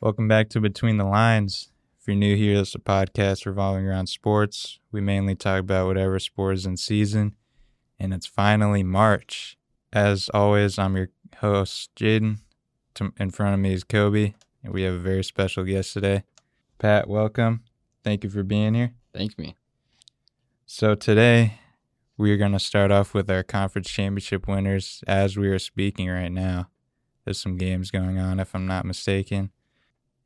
Welcome back to Between the Lines. If you're new here, this is a podcast revolving around sports. We mainly talk about whatever sport is in season, and it's finally March. As always, I'm your host, Jaden. To- In front of me is Kobe, and we have a very special guest today. Pat, welcome. Thank you for being here. Thank me. So today we are going to start off with our conference championship winners as we are speaking right now. There's some games going on if I'm not mistaken.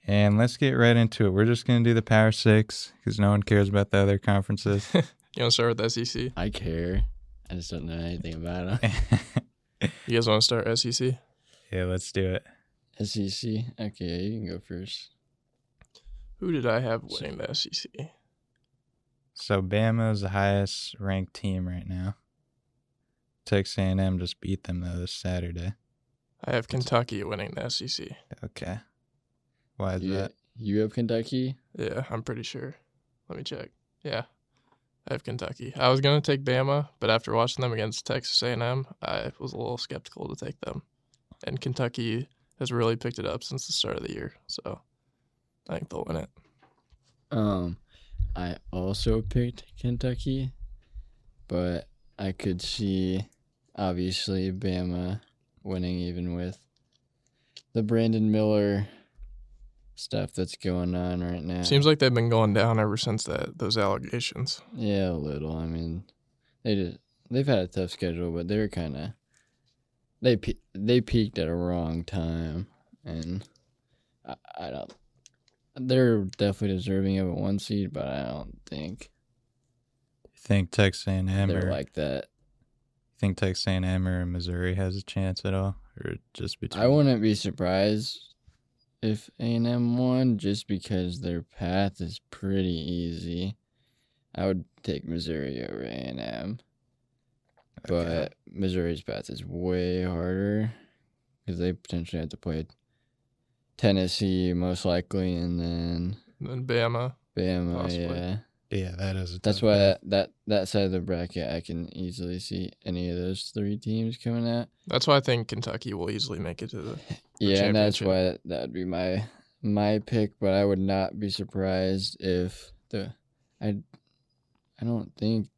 And let's get right into it. We're just going to do the Power 6 cuz no one cares about the other conferences. You want to start with E SEC? I care. I just don't know anything about yeah, You guys want to start E SEC? let's do it. it. SEC. E Okay, you can go first. Who did I have winning the E SEC? So Bama is the highest ranked team right now. Texas A&M just beat them though this Saturday. I have Kentucky winning the E SEC. Okay. Why is you, that? you have Kentucky. Yeah, I'm pretty sure. Let me check. Yeah, I have Kentucky. I was gonna take Bama, but after watching them against Texas A&M, I was a little skeptical to take them. And Kentucky has really picked it up since the start of the year, so I think they'll win it. Um, I also picked Kentucky, but I could see obviously Bama winning even with the Brandon Miller stuff that's going on right now. Seems like they've been going down ever since that those allegations. Yeah, a little. I mean, they just they've had a tough schedule, but they're kind of they pe- they peaked at a wrong time, and I, I don't. They're definitely deserving of a one seed, but I don't think You think Texas A&M they're or- like that. think Texas A&M or Missouri has a chance at all, or just between? I wouldn't be surprised if A and M won, just because their path is pretty easy. I would take Missouri over A and M. Okay. but Missouri's path is way harder because they potentially have to play Tennessee most likely, and then And then Bama. Bama. Possibly. Yeah, yeah, that is. A that's tough why path. that, that that side of the bracket, I can easily see any of those three teams coming out. That's why I think Kentucky will easily make it to the. Yeah, and that's why championship. that would be my my pick. But I would not be surprised if the I I don't think.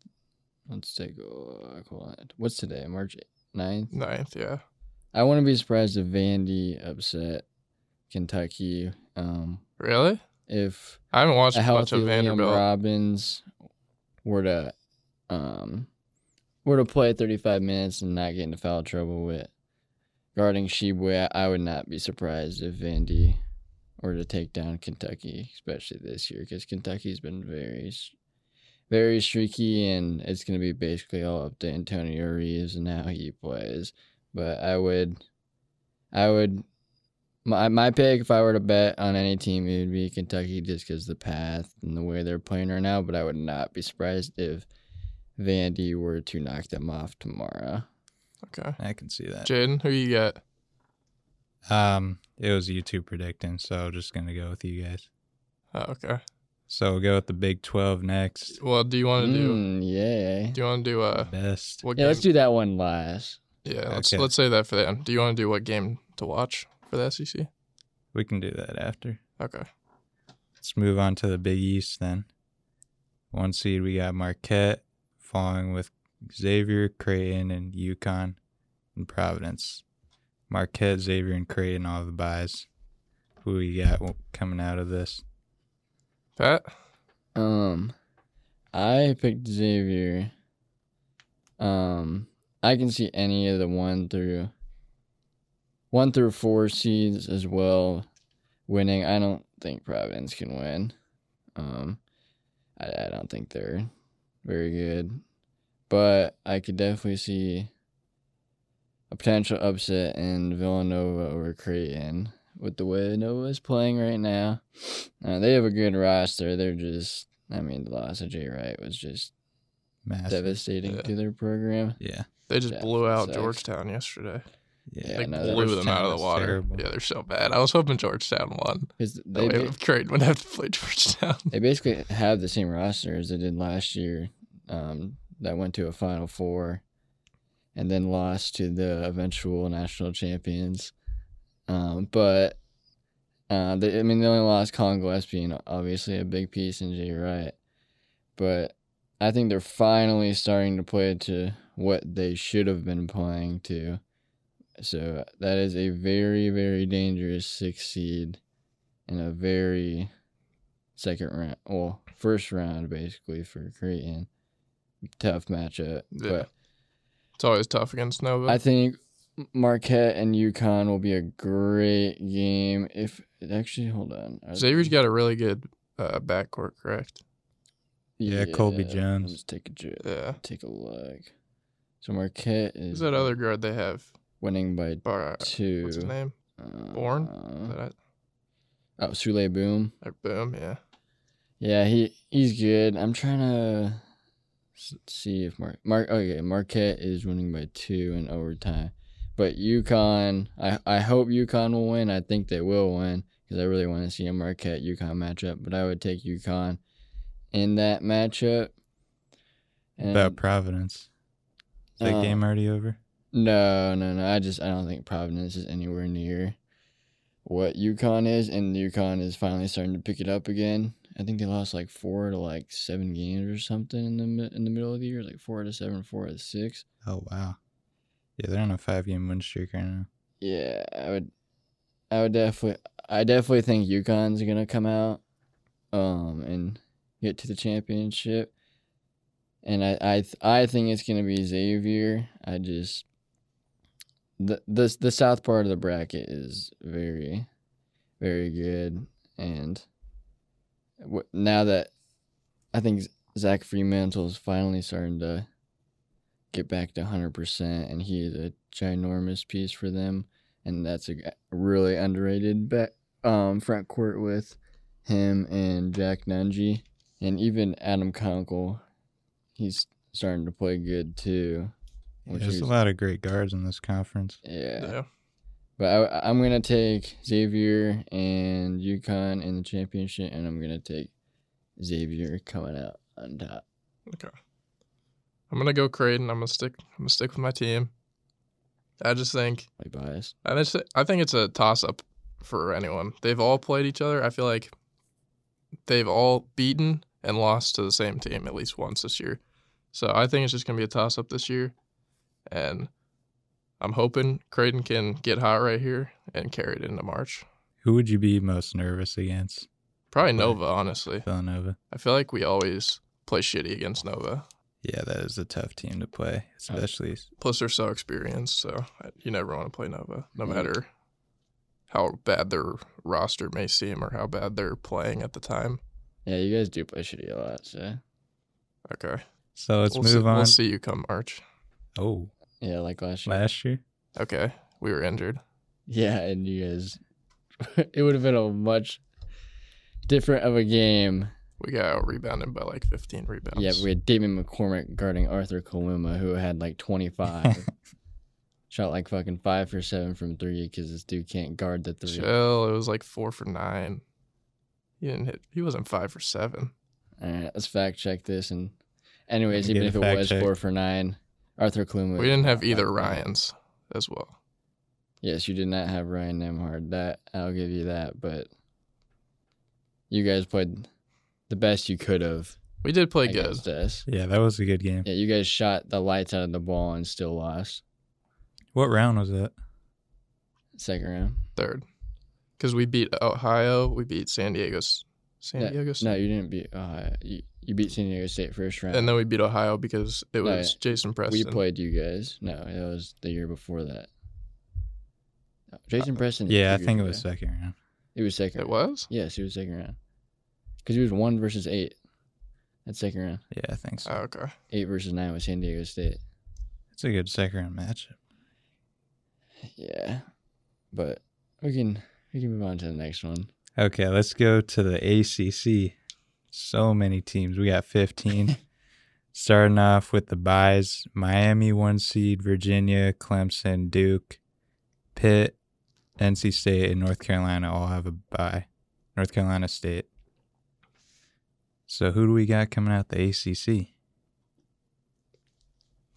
Let's take a hold on. What's today? March 9th? Ninth, yeah. I wouldn't be surprised if Vandy upset Kentucky. Um, Really? if I haven't watched a much healthy of Liam Vanderbilt. Robbins were to um were to play 35 minutes and not get into foul trouble with guarding Sheboy, I I would not be surprised if Vandy were to take down Kentucky, especially this year, because Kentucky's been very, s- very streaky, and it's going to be basically all up to Antonio Reeves and how he plays. But I would, I would my, my pick, if I were to bet on any team, it would be Kentucky just because the path and the way they're playing right now. But I would not be surprised if Vandy were to knock them off tomorrow. Okay. I can see that. Jaden, who you got? Um, it was you two predicting, so I'm just gonna go with you guys. Oh, okay. So we'll go with the Big Twelve next. Well, do you want to do? Mm, yeah. Do you want to do uh? Best. What Yeah, game? let's do that one last. yeah, let's Okay. let's say that for them. Do you want to do what game to watch for the SEC? We can do that after. Okay. Let's move on to the Big East then. One seed we got Marquette, following with Xavier, Creighton, and Yukon, and Providence. Marquette, Xavier, and Creighton all the buys. Who we got w- coming out of this? Pat. Um, I picked Xavier. Um, I can see any of the one through one through four seeds as well winning. I don't think Providence can win. Um, I, I don't think they're very good, but I could definitely see a potential upset in Villanova over Creighton with the way Nova's playing right now. Uh, they have a good roster. They're just, I mean, the loss of Jay Wright was just Massive. devastating yeah. to their program. Yeah. They just Yeah, blew out sucks. Georgetown yesterday. Yeah, they no, that blew was- them out that of was the water. terrible. Yeah, they're so bad. I was hoping Georgetown won. Because That they, way ba- Creighton would have to play Georgetown. they basically have the same roster as they did last year. Um, that went to a Final Four, and then lost to the eventual national champions. Um, but Uh, they, I mean, they only lost Colin Gillespie, and obviously a big piece in Jay Wright. But I think they're finally starting to play to what they should have been playing to. So that is a very, very dangerous six seed and a very second round, well, first round basically for Creighton. Tough matchup. Yeah. But It's always tough against Nova. I think Marquette and UConn will be a great game. If actually, hold on, Are Xavier's they- got a really good uh, backcourt, correct? Yeah, Colby Jones. Let's take a ju- Yeah. take a look. So Marquette is Who's that other guard they have? winning by Bar- two. what's his name? Uh, Bourne? Is Uh, that it? oh, Sule Boom. Or boom, yeah. Yeah, he he's good. I'm trying to s- see if Mark Mark okay Marquette is winning by two in overtime, but UConn. I I hope UConn will win. I think they will win because I really want to see a Marquette UConn matchup. But I would take UConn in that matchup. And, About Providence. Is that uh, game already over? No, no, no. I just I don't think Providence is anywhere near what UConn is, and UConn is finally starting to pick it up again. I think they lost like four to like seven games or something in the mi- in the middle of the year, like four to seven, four to six. Oh wow. Yeah, they're on a five game win streak right now. Yeah, I would, I would definitely, I definitely think UConn's gonna come out, um, and get to the championship. And I, I, th- I think it's gonna be Xavier. I just, the the the south part of the bracket is very, very good, and w- now that I think Zach Fremantle is finally starting to get back to 100%, and he is a ginormous piece for them. And that's a g- really underrated bet, um, front court with him and Jack Nungy. And even Adam Conkle, he's starting to play good too. Yeah, which there's is- a lot of great guards in this conference. yeah. Yeah. But I, I'm gonna take Xavier and UConn in the championship, and I'm gonna take Xavier coming out on top. Okay. I'm gonna go Creighton. I'm gonna stick I'm gonna stick with my team. I just think My bias. I just I think it's a toss up for anyone. They've all played each other. I feel like they've all beaten and lost to the same team at least once this year. So I think it's just gonna be a toss up this year. And I'm hoping Creighton can get hot right here and carry it into March. Who would you be most nervous against? Probably Right. Nova, honestly. Villanova. I feel like we always play shitty against Nova. Yeah, that is a tough team to play, Oh. especially Plus, they're so experienced, so I- you never want to play Nova, no Yeah. matter how bad their roster may seem or how bad they're playing at the time. Yeah, you guys do play shitty a lot, so Okay, So let's we'll move see, on. We'll see you come March. Oh, yeah, like last year. last year? Okay, we were injured. Yeah, and you guys, it would have been a much different of a game. We got out rebounded by like 15 rebounds. Yeah, we had David McCormick guarding Arthur Kaluma, who had like 25. Shot like fucking five for seven from three because this dude can't guard the three. chill. It was like four for nine. He didn't hit. He wasn't five for seven. All right, Uh, let's fact check this. And, anyways, Let me even get if a it fact was check. four for nine, Arthur Kluma. We didn't have Yeah, either like that. Ryan's as well. Yes, you did not have Ryan Nemhard. That I'll give you that. But you guys played the best you could have We did play good. against us. Yeah, that was a good game. Yeah, you guys shot the lights out of the ball and still lost What round was that? second round. third because we beat Ohio, we beat San Diego's San Yeah, Diego State, No, you didn't beat. Uh, you, you beat San Diego State first round. and then we beat Ohio because it No, was yeah. Jason we Preston. played you guys. No, that was the year before that. No, Jason Preston. is Yeah, I two years think it ago. was second round. It was second. Uh, It was Yes, it was second round. Because it was one versus eight. That's second round. Yeah, I think so. oh, okay. Eight versus nine was San Diego State. It's a good second round matchup. Yeah, but we can we can move on to the next one. Okay, let's go to the ACC. So many teams. We got 15. Starting off with the buys Miami, one seed, Virginia, Clemson, Duke, Pitt, NC State, and North Carolina all have a bye. North Carolina State. So who do we got coming out the ACC?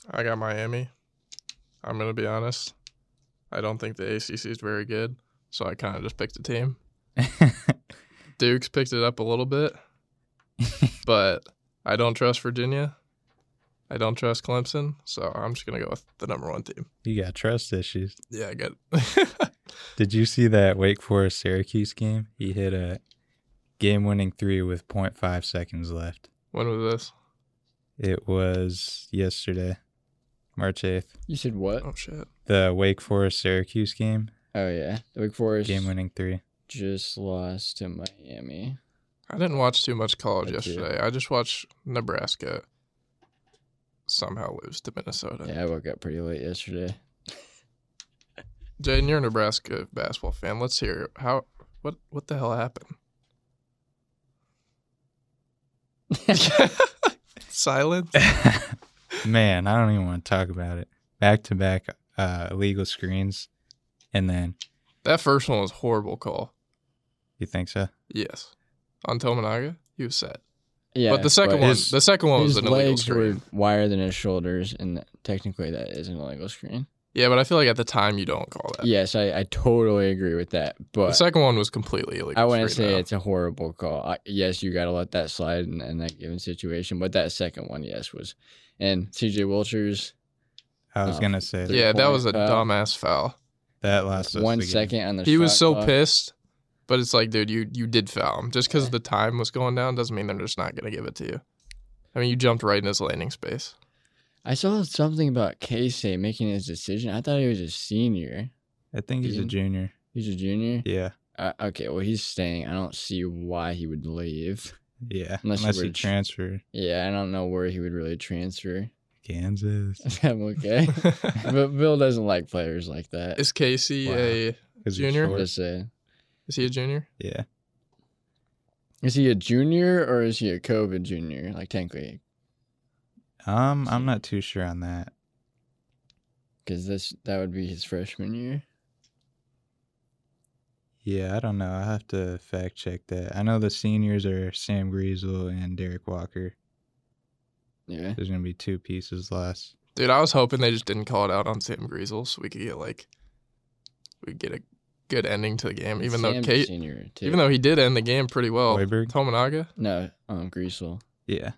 I got Miami. I'm gonna be honest. I don't think the ACC is very good, so I kind of just picked a team. Duke's picked it up a little bit, but I don't trust Virginia. I don't trust Clemson, so I'm just gonna go with the number one team. you got trust issues. Yeah, I got. Did you see that Wake Forest Syracuse game? He hit a game winning three with 0.5 seconds left. when was this? It was yesterday, March 8th. You said what? Oh shit! The Wake Forest Syracuse game, Oh yeah, the Wake Forest game winning three. just lost to Miami. I didn't watch too much college I did. yesterday. I just watched Nebraska somehow lose to Minnesota. Yeah, I woke up pretty late yesterday. Jaden, you're a Nebraska basketball fan. Let's hear how what what the hell happened. Silence. Man, I don't even want to talk about it. Back to back illegal screens. And then, That first one was horrible call. you think so? Yes, on Tominaga, he was set. Yeah, but the second but one, his- the second one was His an illegal legs screen. were wider than his shoulders, and th- technically that is an illegal screen. Yeah, but I feel like at the time you don't call that. Yes, I, I totally agree with that. the But second one was completely illegal. I wouldn't screen, say though. it's a horrible call. I, yes, you got to let that slide in, in that given situation. But that second one, yes, was. And CJ Wilchers, I was Oh, going to say three yeah, that point was a foul. dumbass foul. that last one second on the He was shot so clock. pissed, but it's like, dude, you you did foul him. Just because Yeah. the time was going down doesn't mean they're just not gonna give it to you. I mean, you jumped right in his landing space. I saw something about Casey making his decision. I thought he was a senior. I think he's a Didn't- junior. He's a junior. Yeah. Uh, okay, well he's staying. I don't see why he would leave. Yeah. Unless Unless, you were he a tr- transferred Yeah, I don't know where he would really transfer. Kansas. I'm okay. but Bill doesn't like players like that. Is Casey Wow. a 'Cause he's Junior? short. Just say, is he a junior? Yeah. is he a junior or is he a COVID junior? Like technically, Um, I'm not too sure on that. because this that would be his freshman year. Yeah, I don't know. I have to fact check that. I know the seniors are Sam Griesel and Derek Walker. Yeah, There's gonna be two pieces less. Dude, I was hoping they just didn't call it out on Sam Griesel so we could get like we could get a good ending to the game, even though Sam's a Kate senior too. even though he did end the game pretty well. Hoiberg? Tominaga? no, um, Greasel. Yeah.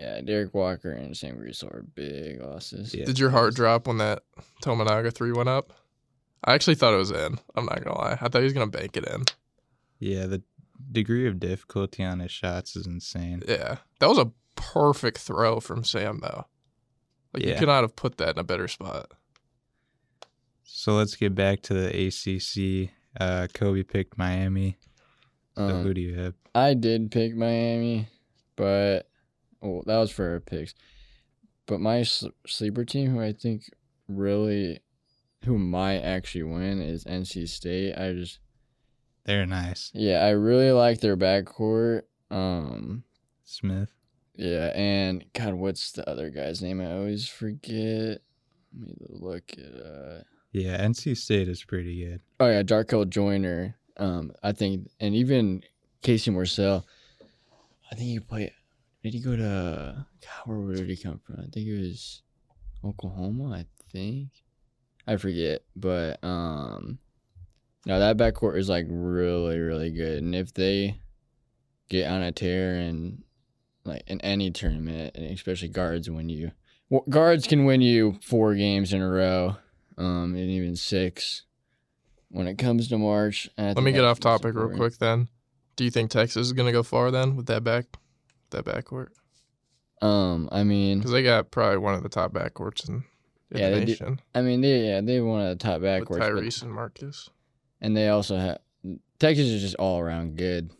Yeah, Derek Walker and Sam Greasel are big losses. Yeah. Did your heart drop when that Tominaga three went up? I actually thought it was in. I'm not gonna lie. I thought he was gonna bank it in. Yeah, the degree of difficulty on his shots is insane. Yeah. That was a perfect throw from Sam though. Like you Yeah. could not have put that in a better spot. So let's get back to the ACC. Uh, Kobe picked Miami. So Um, who do you have? I did pick Miami, but well, that was for our picks. But my sl- sleeper team, who I think really, who might actually win, is NC State. I just, They're nice. yeah, I really like their backcourt. Um, Smith. yeah, and God, what's the other guy's name? I always forget. Let me look at. Uh, Yeah, NC State is pretty good. Oh yeah, Darko Joyner. Um, I think, and even Casey Morcell. I think he played. Did he go to? God, where did he come from? I think it was Oklahoma. I think. I forget, but um, no, that backcourt is like really, really good, and if they get on a tear and like in any tournament, and especially guards when you well, guards can win you four games in a row, um, and even six. When it comes to March, and I Let think me get that's off what's topic real important. quick then. Do you think Texas is gonna go far then with that back that backcourt? Um, I mean, Because they got probably one of the top backcourts in, in Yeah, the they do. nation. I mean, they yeah, they one of the top With backcourts, but- Tyrese and Marcus. and they also have Texas is just all around good.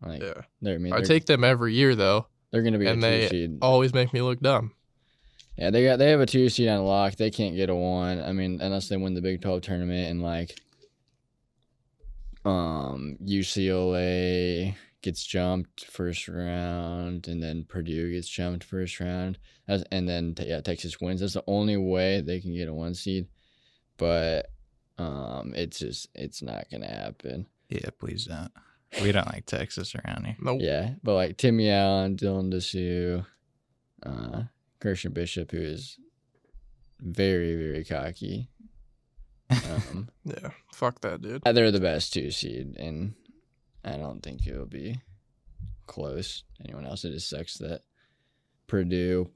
Like Yeah. they're, I mean, I they're- take them every year though. they're gonna be and a two they seed. Always make me look dumb. Yeah, they got they have a two seed on lock. They can't get a one. I mean, unless they win the Big Twelve tournament and like, um, UCLA gets jumped first round, and then Purdue gets jumped first round, That's, and then te- yeah, Texas wins. That's the only way they can get a one seed, but um, it's just it's not gonna happen. Yeah, please don't. We don't like Texas around here. Nope. Yeah, but like Timmy Allen, Dylan Dessou, uh, Christian Bishop, who is very, very cocky. Um, Yeah. Fuck that, dude. they're the best two seed, and I don't think it'll be close. to Anyone else? It just sucks that Purdue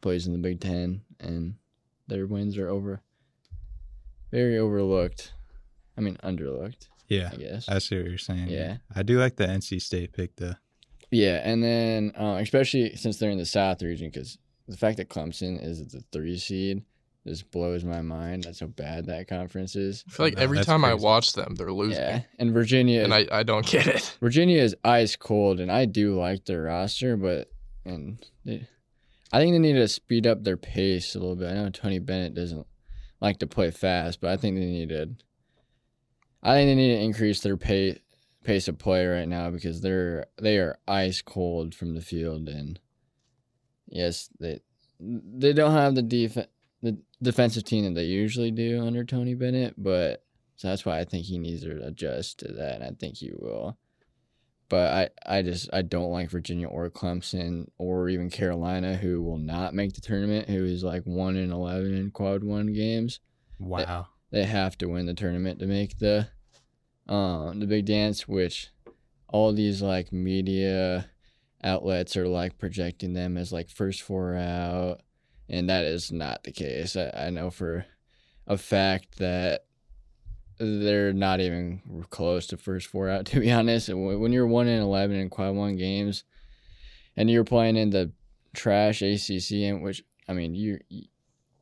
plays in the Big Ten, and their wins are over, very overlooked. I mean, underlooked, Yeah, I guess. I see what you're saying. Yeah. I do like the NC State pick though. Yeah, and then uh, especially since they're in the South region, because the fact that Clemson is the three seed just blows my mind. That's how bad that conference is. I feel like No, every that's time I crazy. watch them, they're losing. Yeah, and Virginia. And is- I, I don't get it. Virginia is ice cold, and I do like their roster, but and they, I think they need to speed up their pace a little bit. I know Tony Bennett doesn't like to play fast, but I think they need to. I think they need to increase their pace pace of play right now because they're they are ice cold from the field, and yes, they they don't have the def the defensive team that they usually do under Tony Bennett, but. So that's why I think he needs to adjust to that, and I think he will but I, I just I don't like Virginia or Clemson or even Carolina who will not make the tournament who is like one in eleven in quad one games. Wow. They have to win the tournament to make the um the big dance, which all these like media outlets are like projecting them as like first four out and that is not the case. I, I know for a fact that they're not even close to first four out. To be honest, And when when you're one in eleven in quad one games, and you're playing in the trash ACC, in which I mean you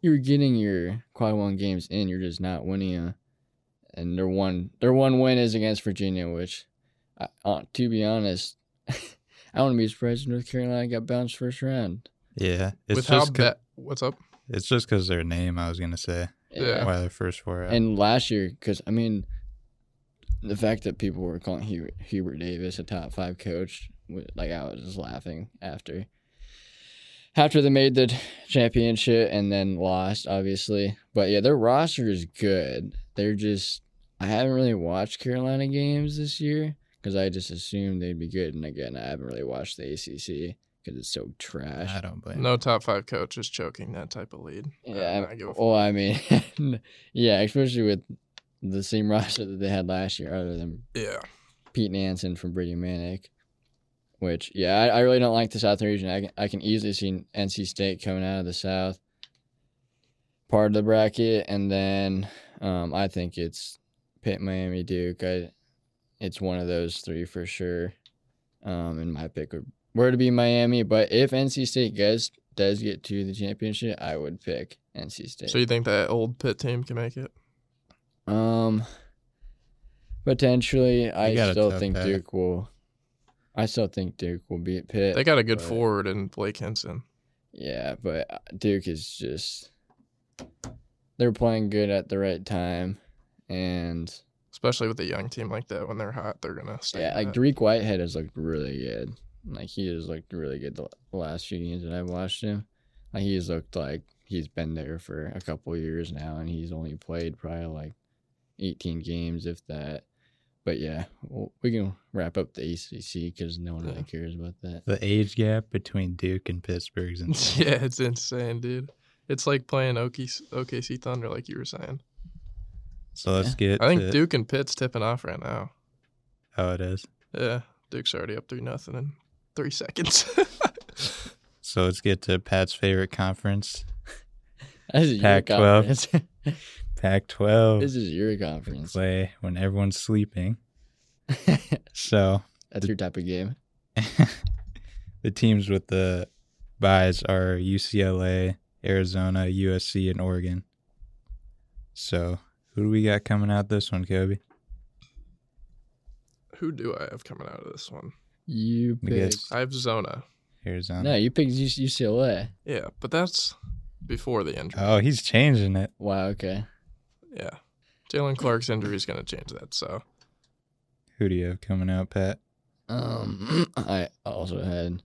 you're getting your quad one games in, you're just not winning. Uh, and their one their one win is against Virginia, which, I, uh, to be honest, I wouldn't be surprised if North Carolina got bounced first round. Yeah. It's With how just ca- bad. What's up? it's just because their name. I was gonna say Yeah. why they're first four. out. And last year, because I mean, the fact that people were calling Hubert, Hubert Davis a top five coach, wa- like I was just laughing after. After they made the championship and then lost, obviously, but yeah, their roster is good. They're just I haven't really watched Carolina games this year because I just assumed they'd be good. And again, I haven't really watched the ACC because it's so trash. I don't blame. No top five coach is choking that type of lead. Yeah, Uh, I- I give a well, I mean, yeah, especially with the same roster that they had last year, other than Yeah. Pete Nansen from Brady Manic, which yeah, I, I really don't like the Southern region. I can I can easily see NC State coming out of the South part of the bracket, and then um, I think it's Pitt, Miami, Duke. I, it's one of those three for sure. Um, and my pick would were to be Miami, but if NC State gets does get to the championship, I would pick NC State. So you think that old pit team can make it? Um, potentially, I got a still tough think path. Duke will. I still think Duke will beat Pitt. They got a good but- forward in Blake Henson. Yeah, but uh, Duke is just. They're playing good at the right time, and Especially with a young team like that, when they're hot, they're gonna stay. yeah, like hot. Derek Whitehead has looked really good. Like he has looked really good the the last few games that I've watched him. Like he's looked like he's been there for a couple years now, and he's only played probably like eighteen games, if that. But yeah, w- we can wrap up the ACC because no one really Yeah. cares about that. The age gap between Duke and Pittsburgh's and yeah, it's insane, dude. It's like playing OKC, OKC Thunder, like you were saying. so let's get. I think to- Duke and Pitt's tipping off right now. Oh, it is. Yeah, Duke's already up three nothing in three seconds. So let's get to Pat's favorite conference, This is your Pac-12. conference. Oh. Pac-12. this is your conference. Play when everyone's sleeping. That's So your type of game. the teams with the buys are UCLA, Arizona, USC, and Oregon. So who do we got coming out this one, Kobe? Who do I have coming out of this one? You I pick. guess um, I have Zona. Arizona. No, you picked UC UCLA. Yeah, but that's before the injury. Oh, he's changing it. Wow. Okay. Yeah, Jalen Clark's injury is gonna change that. So Who do you have coming out, Pat? Um, I also had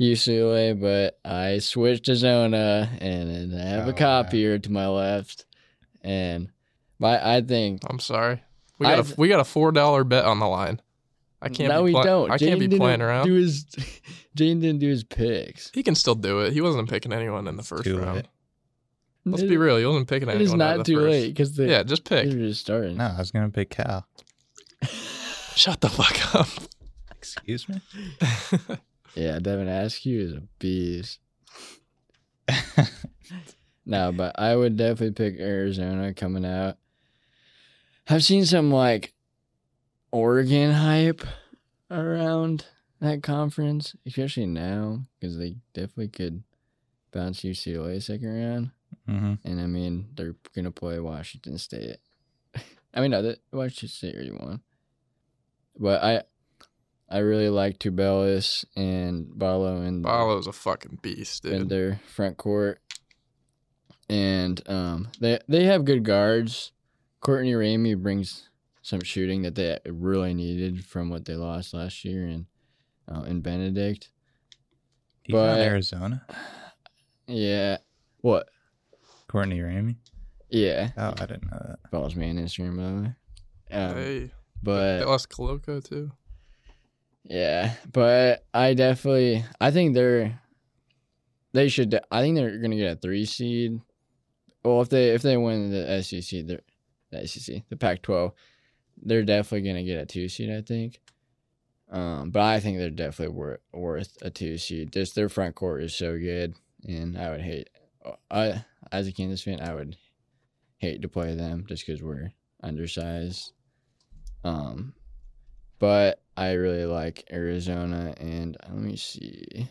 UCLA, but I switched to Zona, and then I have Oh, a wow. copier to my left, and my I think I'm sorry. We got a I've- we got a four dollar bet on the line. I can't. no, be we pla- don't. I can't Jaden be didn't playing around. Do his Jane didn't do his picks. He can still do it. He wasn't picking anyone in the first too round. late. Let's It- be real. You wasn't picking It anyone. is out of not the too first. late because the Yeah, just they're pick. just starting. No, I was gonna pick Cal. Shut the fuck up. Excuse me. Yeah, Devin Askew is a beast. No, but I would definitely pick Arizona coming out. I've seen some like Oregon hype around that conference, especially now because they definitely could bounce UCLA second round. hmm And I mean, they're gonna play Washington State. I mean, no, that Washington State already won. But I, I really like Tubelis and Balo and Barlow's a fucking beast, dude. in their front court. And um, they they have good guards. Courtney Ramey brings some shooting that they really needed from what they lost last year in uh, in Benedict. Do you go in But- Arizona? Yeah. What? Courtney Ramey? Yeah. Oh, I didn't know that. Follows me on Instagram by the way. Um, hey, they But lost Coloco too. yeah, but I definitely I think they're they should. de- I think they're gonna get a three seed. Well, if they if they win the SEC, they're the SEC, the Pac-12, they're definitely gonna get a two seed. I think. Um, but I think they're definitely worth worth a two seed. Just their front court is so good, and I would hate. I as a Kansas fan, I would hate to play them just because we're undersized. Um, but I really like Arizona, and uh, let me see.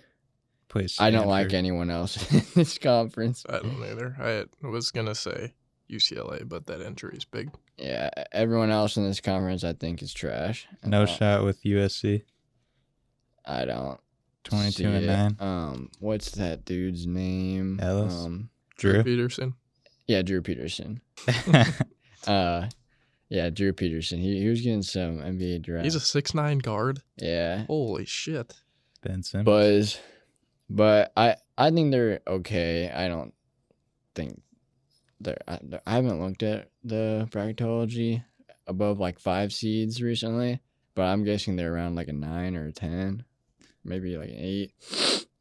Please. I don't like anyone else in this conference. I don't either. I was gonna say UCLA, but that injury's big. Yeah, e, everyone else in this conference I think is trash. No Uh, shot with USC. I don't. see Twenty-two and it. nine. Um, what's that dude's name? Ellis? Um, Drew. Peterson. yeah, Drew Peterson. Uh, yeah, Drew Peterson. He he was getting some NBA draft. He's a six nine guard. yeah, Holy shit. ben Simmons. buzz, but I I think they're okay. I don't think they're. I, I haven't looked at the bracketology above like five seeds recently, but I'm guessing they're around like a nine or a ten, maybe like an eight.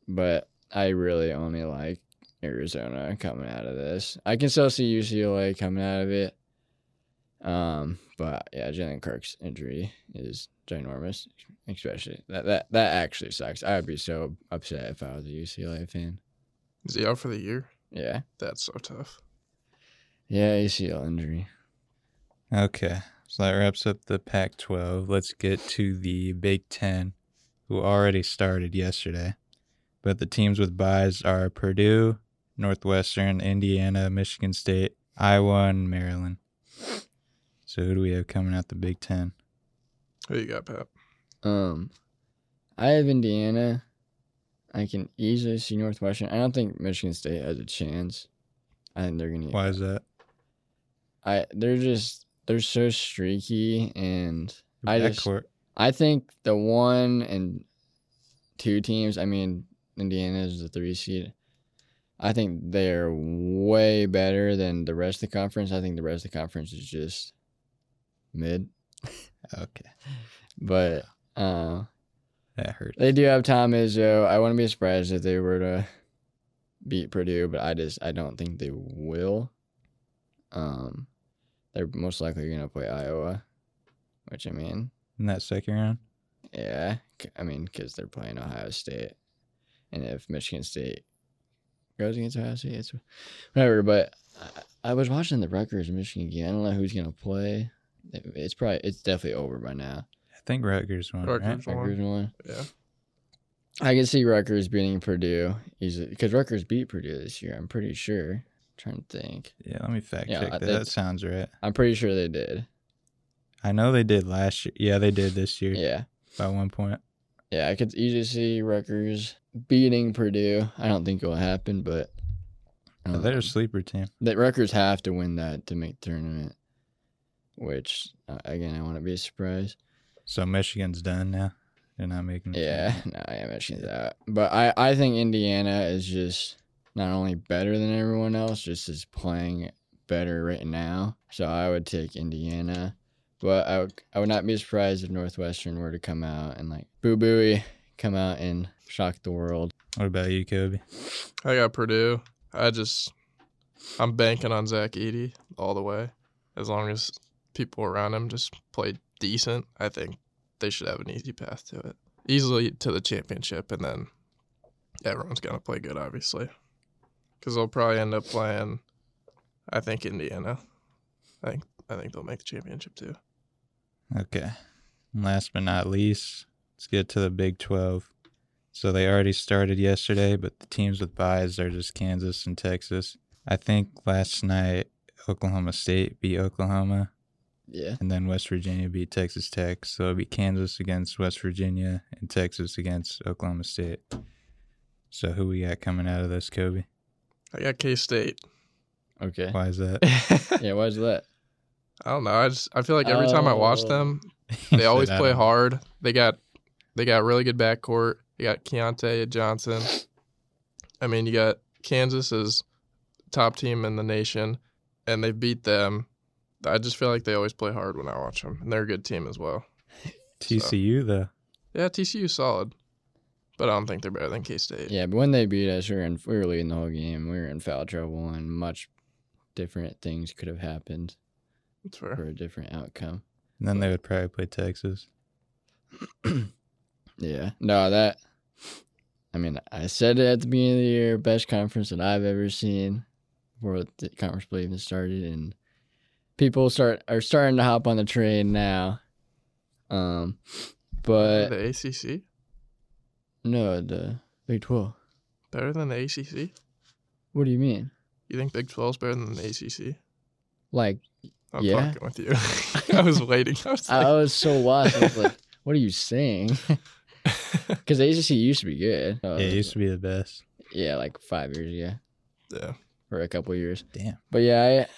But I really only like Arizona coming out of this. I can still see UCLA coming out of it. Um, but yeah, Jalen Kirk's injury is ginormous, especially that that that actually sucks. I would be so upset if I was a UCLA fan. Is he out for the year? Yeah, That's so tough. yeah, ACL injury. Okay. So that wraps up the Pac 12. Let's get to the Big Ten, who already started yesterday. But the teams with buys are Purdue, Northwestern, Indiana, Michigan State, Iowa, and Maryland. So who do we have coming out the Big Ten? Who you got, Pap? Um, I have Indiana. I can easily see Northwestern. I don't think Michigan State has a chance. I think they're gonna. Why is that? I they're just they're so streaky and The I just- backcourt. I think the one and two teams, I mean, Indiana is the three seed. I think they're way better than the rest of the conference. I think the rest of the conference is just mid. Okay. But uh, That hurt. they do have Tom Izzo. I wouldn't be surprised if they were to beat Purdue, but I just I don't think they will. Um, they're most likely gonna play Iowa, which I mean, In that second round? Yeah, c- I mean, because they're playing Ohio State, and if Michigan State goes against Ohio State, it's whatever. But I, I was watching the Rutgers Michigan game. I don't know who's gonna play. It- It's probably it's definitely over by now. I think Rutgers won, right? Rutgers. Go on. Rutgers won. Yeah. I can see Rutgers beating Purdue easily because Rutgers beat Purdue this year. I'm pretty sure. trying to think. Yeah, let me fact Yeah, check I that. think- That sounds right. I'm pretty sure they did. I know they did last year. Yeah, they did this year Yeah. by one point. Yeah, I could easily see Rutgers beating Purdue. I don't think it'll happen, but um, But They're a Mm-hmm. sleeper team. that Rutgers have to win that to make tournament, which uh, again I wouldn't be surprised. So Michigan's done now. They're not making. the Yeah, tournament. no, yeah, Michigan's out. But I, I think Indiana is just not only better than everyone else, just is playing better right now. So I would take Indiana, but I would, I would not be surprised if Northwestern were to come out and like boo booey come out and shock the world. What about you, Kobe? I got Purdue. I just I'm banking on Zach Eady all the way. As long as people around him just play decent, I think they should have an easy path to it. Easily to the championship, and then everyone's going to play good, obviously. Because they'll probably end up playing, I think, Indiana. I think, I think they'll make the championship too. Okay. And last but not least, let's get to the Big 12. So they already started yesterday, but the teams with buys are just Kansas and Texas. I think last night Oklahoma State beat Oklahoma, Yeah. and then West Virginia beat Texas Tech. So it'll be Kansas against West Virginia and Texas against Oklahoma State. So who we got coming out of this, Kobe? I got K State. Okay. Why is that? I Yeah. Why's that? don't know. I just I feel like every time I watch Oh. them, He They always said, "I play don't know." hard. They got they got really good backcourt. You got Keontae Johnson. I mean, you got Kansas is top team in the nation, and they beat them. I just feel like they always play hard when I watch them, and they're a good team as well. TCU though. Yeah, TCU solid, but I don't think they're better than K State. Yeah, but when they beat us, we were in we were leading the whole game. We were in foul trouble, and much different things could have happened That's fair. for a different outcome. And then they would probably play Texas. Yeah. No, that. I mean, I said it at the beginning of the year, best conference that I've ever seen before the conference play even started, and people start are starting to hop on the train now. Um, but the ACC no, the Big Twelve. better than the ACC. What do you mean? You think Big 12's better than the ACC? Like I'm Yeah. fucking with you. I was waiting. I was I, I like, was so lost. I was like, "What are you saying?" Because the ACC used to be good. Uh, Yeah, it used to be the best. yeah, like five years ago yeah. or a couple years. Damn. But yeah, I,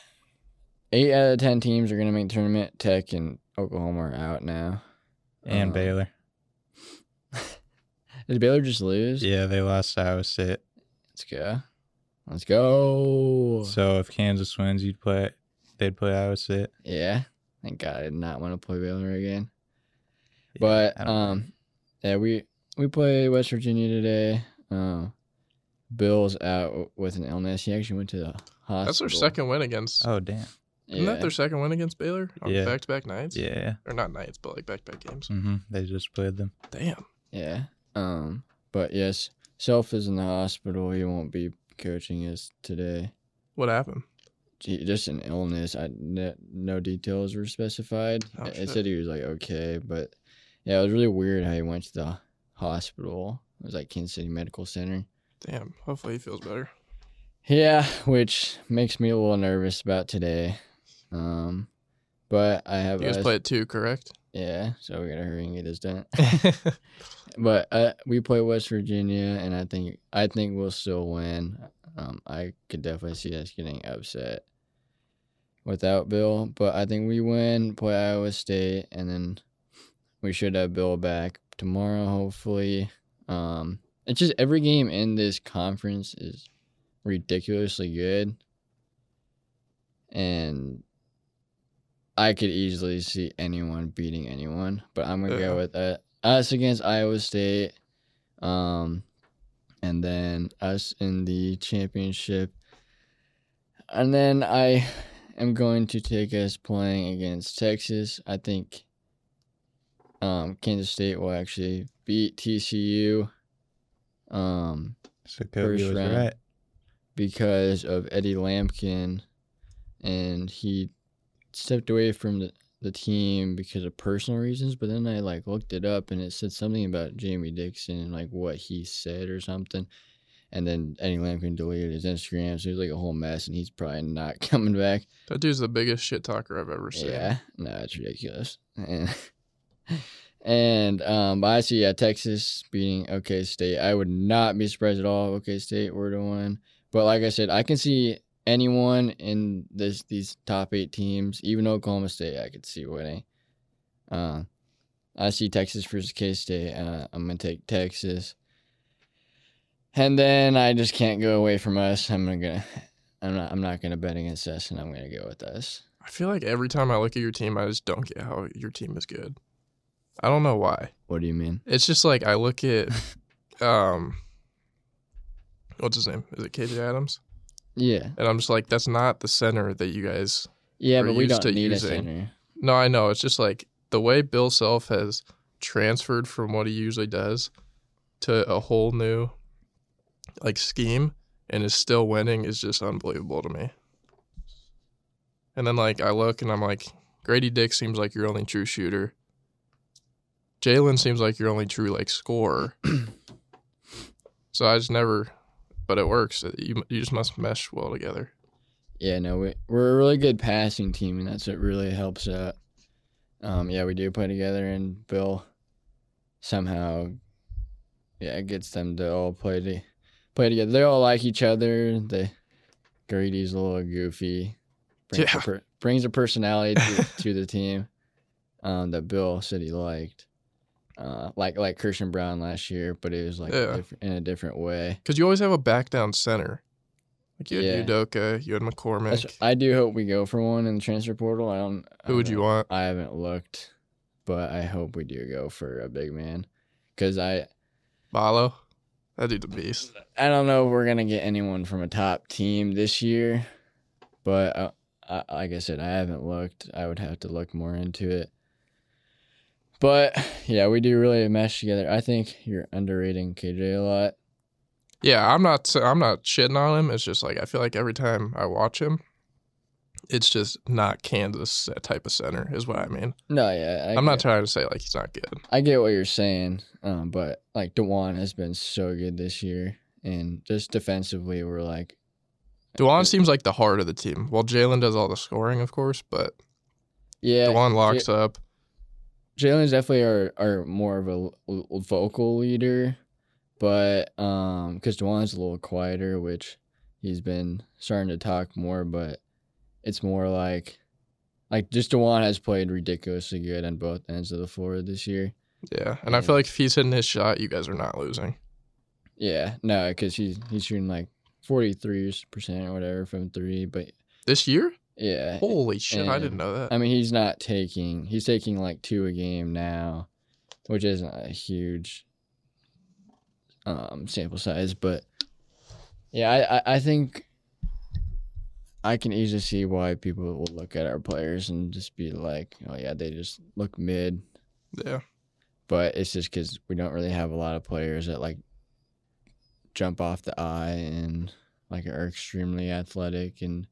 eight out of ten teams are gonna make the tournament. Tech and Oklahoma are out now. And Uh, Baylor. Did Baylor just lose? Yeah, they lost to Iowa State. Let's go. Let's go. So if Kansas wins, you'd play. They'd play Iowa State. yeah. Thank God I did not want to play Baylor again. Yeah, I but don't- um, yeah, we we play West Virginia today. Um, Bill's out w- with an illness. He actually went to the hospital. That's their second win against oh damn. Yeah. Isn't that their second win against Baylor on Yeah. back-to-back nights? Yeah. Or not nights, but like back-to-back games. hmm They just played them. Damn. Yeah. Um. But yes, Self is in the hospital. He won't be coaching us today. What happened? Gee, just an illness. I no, no details were specified. Oh, it shit. said he was like okay, but yeah, it was really weird how he went to the hospital. It was like Kansas City Medical Center. Damn. Hopefully he feels better. Yeah, which makes me a little nervous about today. Um, but I have You guys us- play at two, correct? Yeah, so we gotta hurry and get this done. But uh, we play West Virginia, and I think I think we'll still win. Um, I could definitely see us getting upset without Bill, but I think we win. Play Iowa State, and then we should have Bill back tomorrow, hopefully. Um, it's just every game in this conference is ridiculously good, and I could easily see anyone beating anyone. But I'm gonna Yeah. go with that us against Iowa State, um, and then us in the championship. And then I am going to take us playing against Texas. I think um, Kansas State will actually beat TCU um, So Kobe First was round. right. because of Eddie Lampkin, and he stepped away from the, the team because of personal reasons. But then I like looked it up, and it said something about Jamie Dixon and like what he said or something. And then Eddie Lampkin deleted his Instagram, so it was like a whole mess, and he's probably not coming back. That dude's the biggest shit talker I've ever seen. Yeah, no, it's ridiculous. And, and um, but I see yeah, Texas beating OK State. I would not be surprised at all. if OK State were to win, but like I said, I can see anyone in this these top eight teams, even Oklahoma State, I could see winning. Uh, I see Texas versus K State. Uh, I'm gonna take Texas, and then I just can't go away from us. I'm gonna. I'm not. I'm not gonna bet against us, and I'm gonna go with us. I feel like every time I look at your team, I just don't get how your team is good. I don't know why. What do you mean? It's just like I look at um what's his name? Is it KJ Adams? Yeah. And I'm just like, that's not the center that you guys. Yeah, We're but we used don't to need using- a center. No, I know. It's just like the way Bill Self has transferred from what he usually does to a whole new like scheme and is still winning is just unbelievable to me. And then like I look and I'm like, Grady Dick seems like your only true shooter. Jalen seems like your only true like scorer. so I just never, but it works. You you just must mesh well together. Yeah, no, we, we're a really good passing team, and that's what really helps out. Um, yeah, we do play together, and Bill somehow, yeah, gets them to all play to, play together. They all like each other. They, Grady's a little goofy, brings, Yeah. a, per, brings a personality to, to the team um, that Bill said he liked. Uh, like like Christian Brown last year, but it was like Yeah. different, in a different way. Because you always have a back down center. Like you Yeah. had Udoka, you had McCormick. That's- I do hope we go for one in the transfer portal. I don't. I Who would don't you want? I haven't looked, but I hope we do go for a big man because I Balo? That dude the beast. I don't know if we're gonna get anyone from a top team this year, but uh, I, like I said, I haven't looked. I would have to look more into it. But yeah, we do really mesh together. I think you're underrating KJ a lot. Yeah, I'm not I'm not shitting on him. It's just like I feel like every time I watch him, it's just not Kansas type of center is what I mean. No, yeah, I I am not get- trying to say like he's not good. I get what you're saying, um, but like Dewan has been so good this year, and just defensively, we're like Dewan seems like the heart of the team. Well, Jalen does all the scoring, of course, but yeah. Dewan locks up. Jalen's definitely our, our more of a l- l- vocal leader, but um, because Dewan's a little quieter, which he's been starting to talk more, but it's more like like just Dewan has played ridiculously good on both ends of the floor this year. Yeah, and I feel like if he's hitting his shot, you guys are not losing. Yeah, no, because he's he's shooting like forty three percent or whatever from three, but This year? yeah, Holy shit! I didn't and- know that. I mean, he's not taking. He's taking like two a game now, which isn't a huge um, sample size, but yeah, I, I, I think I can easily see why people will look at our players and just be like, oh yeah, they just look mid, yeah, but it's just because we don't really have a lot of players that like jump off the eye and like are extremely athletic and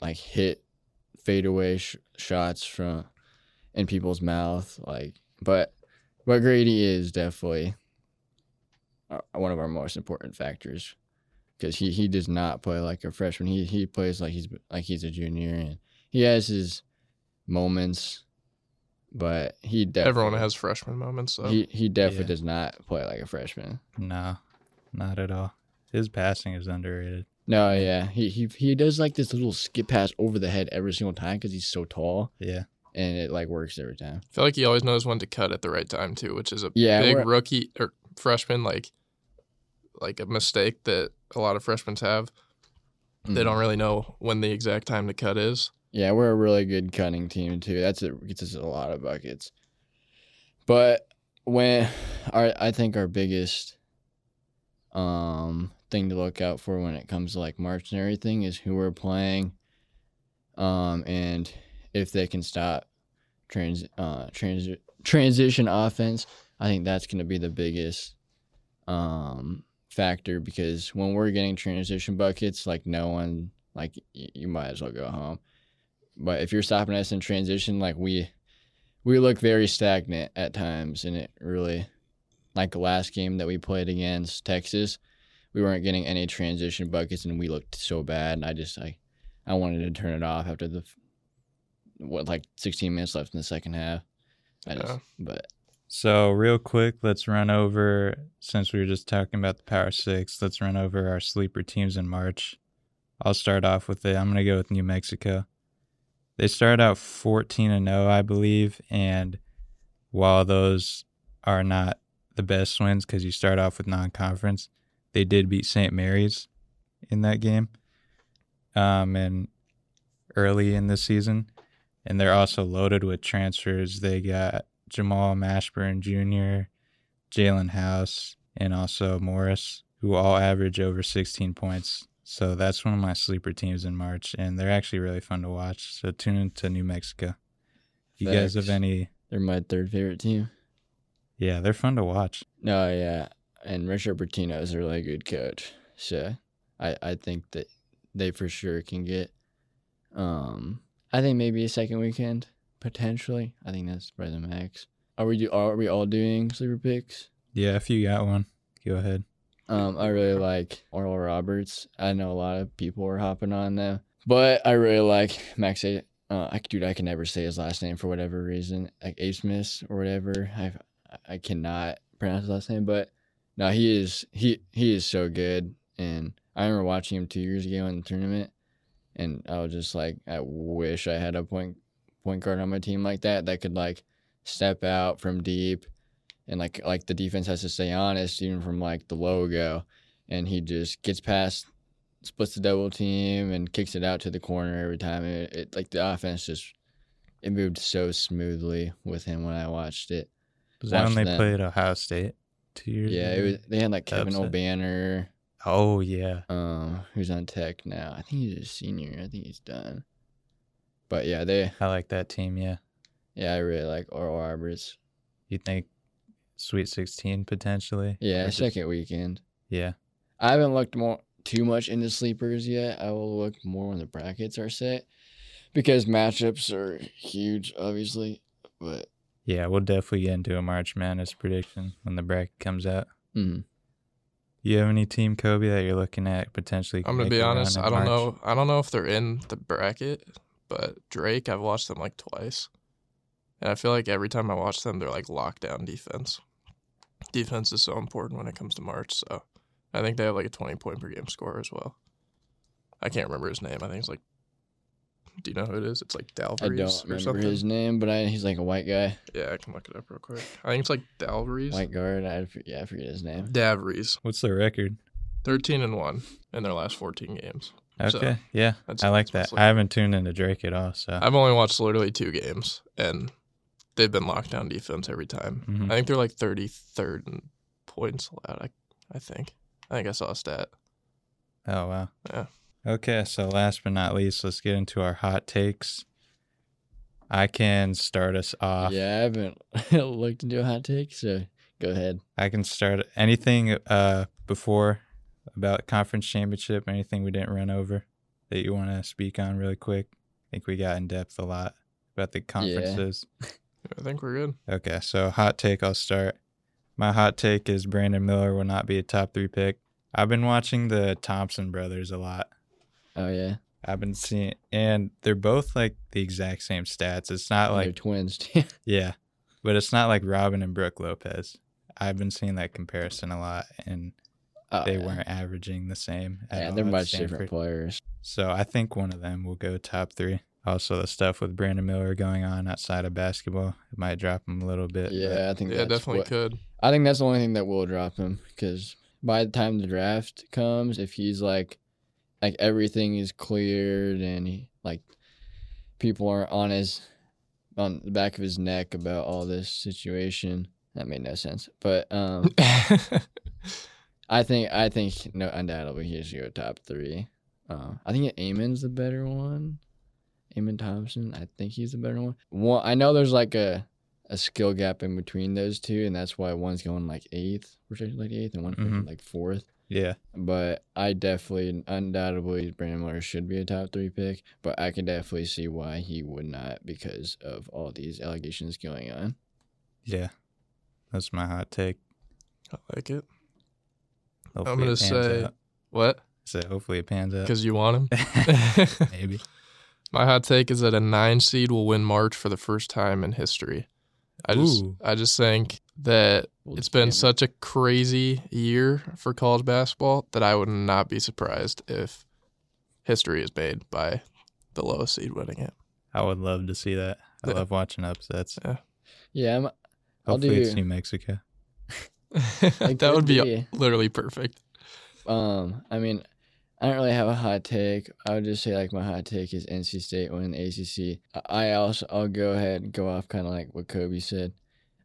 like hit fadeaway sh- shots from in people's mouth like but but Grady is definitely uh, one of our most important factors because he he does not play like a freshman he he plays like he's like he's a junior and he has his moments but he definitely everyone has freshman moments. So. he he definitely Yeah. does not play like a freshman. No, not at all. His passing is underrated. No, yeah, he he he does like this little skip pass over the head every single time because he's so tall, Yeah. and it like works every time. I feel like he always knows when to cut at the right time too, which is a Yeah, we're- big rookie or freshman like like a mistake that a lot of freshmen have. They Mhm. don't really know when the exact time to cut is. Yeah, we're a really good cutting team too. That's it gets us a lot of buckets. But when our I think our biggest um thing to look out for when it comes to like March and everything is who we're playing. Um and if they can stop trans uh trans transition offense, I think that's gonna be the biggest um factor because when we're getting transition buckets, like no one like y- you might as well go home. But if you're stopping us in transition, like we we look very stagnant at times, and it really like the last game that we played against Texas, we weren't getting any transition buckets, and we looked so bad. And I just like I wanted to turn it off after the f- what like 16 minutes left in the second half. I just, Yeah. but So, real quick, let's run over since we were just talking about the Power Six, let's run over our sleeper teams in March. I'll start off with it. I'm going to go with New Mexico. They started out 14 and 0, I believe. And while those are not the best wins because you start off with non conference, they did beat St. Mary's in that game um, and early in the season. And they're also loaded with transfers. They got Jamal Mashburn Jr., Jalen House, and also Morris, who all average over 16 points So that's one of my sleeper teams in March, and they're actually really fun to watch. So tune into New Mexico. If you guys have Facts. any, They're my third favorite team. yeah, they're fun to watch. No, yeah, and Rich Bertino is a really good coach, so I I think that they for sure can get. Um, I think maybe a second weekend potentially. I think that's probably the max. Are we do? Are we all doing sleeper picks? Yeah, if you got one, go ahead. Um, I really like Oral Roberts. I know a lot of people are hopping on though, but I really like Max. A- uh, I dude, I can never say his last name for whatever reason, like Abe Smith or whatever. I I cannot pronounce his last name, but no, he is he he is so good. And I remember watching him two years ago in the tournament, and I was just like, I wish I had a point point guard on my team like that that could like step out from deep and like like the defense has to stay honest even from like the logo and he just gets past splits the double team and kicks it out to the corner every time it, it like the offense just it moved so smoothly with him when i watched it Was that when Watch they them. played Ohio State two years? yeah it ago? was they had like kevin Upset. o'banner Oh yeah, um who's on tech now i think he's a senior i think he's done but yeah they I like that team. Yeah, yeah i really like oral roberts you think Sweet Sixteen potentially? yeah Or just- second weekend yeah, I haven't looked more too much into sleepers yet. I will look more when the brackets are set because matchups are huge, obviously. But yeah. We'll definitely get into a March Madness prediction when the bracket comes out. mm, You have any team Kobe that you're looking at potentially? I'm gonna make be a run honest. in I don't March? know. I don't know if they're in the bracket, but Drake, I've watched them like twice, and I feel like every time I watch them, they're like lockdown defense. Defense is so important when it comes to March. So I think they have like a 20 point per game score as well. I can't remember his name. I think it's like. Do you know who it is? It's like I don't Dalvries or remember something. his name, but I, he's like a white guy, Yeah, I can look it up real quick. I think it's like Dalvries. white guard. I for- yeah, I forget his name. Davries, What's their record? 13 and 1 in their last 14 games. Okay, So, yeah, that's- I like that's that. what's I haven't tuned into Drake at all, so I've only watched literally two games, and they've been locked down defense every time. Mhm. I think they're like 33rd in points allowed, I, I think. I think I saw a stat. Oh wow. Yeah. Okay, so last but not least, let's get into our hot takes. I can start us off. Yeah, I haven't looked into a hot take, so go ahead. I can start anything uh before about conference championship, anything we didn't run over that you want to speak on really quick. I think we got in depth a lot about the conferences. I think we're good. Okay, so hot take I'll start. My hot take is Brandon Miller will not be a top 3 pick. I've been watching the Thompson brothers a lot. Oh yeah, I've been seeing, and they're both like the exact same stats. It's not they're like, twins. yeah, but it's not like Robin and Brooke Lopez. I've been seeing that comparison a lot, and Oh, they yeah. weren't averaging the same. at Yeah, all they're at much Stanford. different players. So I think one of them will go top three. Also, the stuff with Brandon Miller going on outside of basketball, it might drop him a little bit. but Yeah, I think Yeah, that's definitely what- could. I think that's the only thing that will drop him because by the time the draft comes, if he's like, like everything is cleared and he, like people are on his, on the back of his neck about all this situation. That made no sense, but um, I think I think no, undoubtedly he should go top three. Uh, I think Amon's the better one. Amon Thompson, I think he's the better one. One, I know there's like a a skill gap in between those two, and that's why one's going like eighth, projected like eighth, and one Mm-hmm. projected like fourth. yeah, But I definitely, undoubtedly, Brandon Miller should be a top three pick. But I can definitely see why he would not because of all these allegations going on. yeah. That's my hot take. I like it. Hopefully gonna it pans say- out. What? So hopefully it pans out. Because you want him? Maybe. My hot take is that a nine seed will win March for the first time in history. I just Ooh. I just think that Well, it's been damn. such a crazy year for college basketball that I would not be surprised if history is made by the lowest seed winning it. I would love to see that. I Yeah. love watching upsets. Yeah, I'm, I'll Hopefully it's do- New Mexico. It that could would be, be. literally perfect. Um, I mean, I don't really have a hot take. I would just say like my hot take is NC State winning the ACC. I I also I'll go ahead and go off kind of like what Kobe said.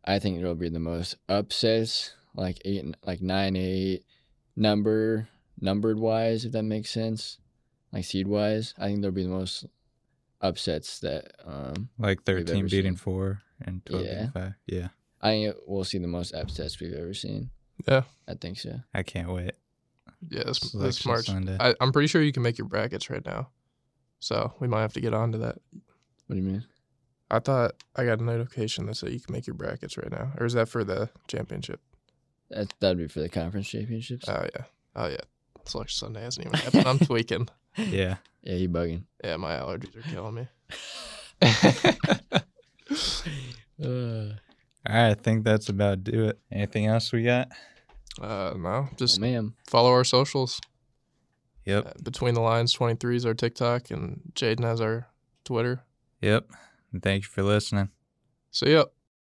I think it'll be the most upsets, like eight, like nine eight number numbered wise, if that makes sense, like seed wise, I think there'll be the most upsets that um, Like We've thirteen ever beating seen. four and twelve Yeah. beating five. Yeah, I think we'll see the most upsets we've ever seen. Yeah. I think so. I can't wait. Yeah, this, this Selection March. Sunday. I, I'm pretty sure you can make your brackets right now. So we might have to get on to that. What do you mean? I thought I got a notification that said you can make your brackets right now. Or is that for the championship? That that'd be for the conference championships. Oh, yeah. Oh, yeah. Selection Sunday hasn't even happened. I'm tweaking. yeah, yeah, you bugging. Yeah, my allergies are killing me. Uh, all right. I think that's about do it. Anything else we got? Uh, no, just ma'am. follow our socials. Yep, Uh, Between the Lines 23 is our TikTok, and Jaden has our Twitter. yep. And thank you for listening. See ya.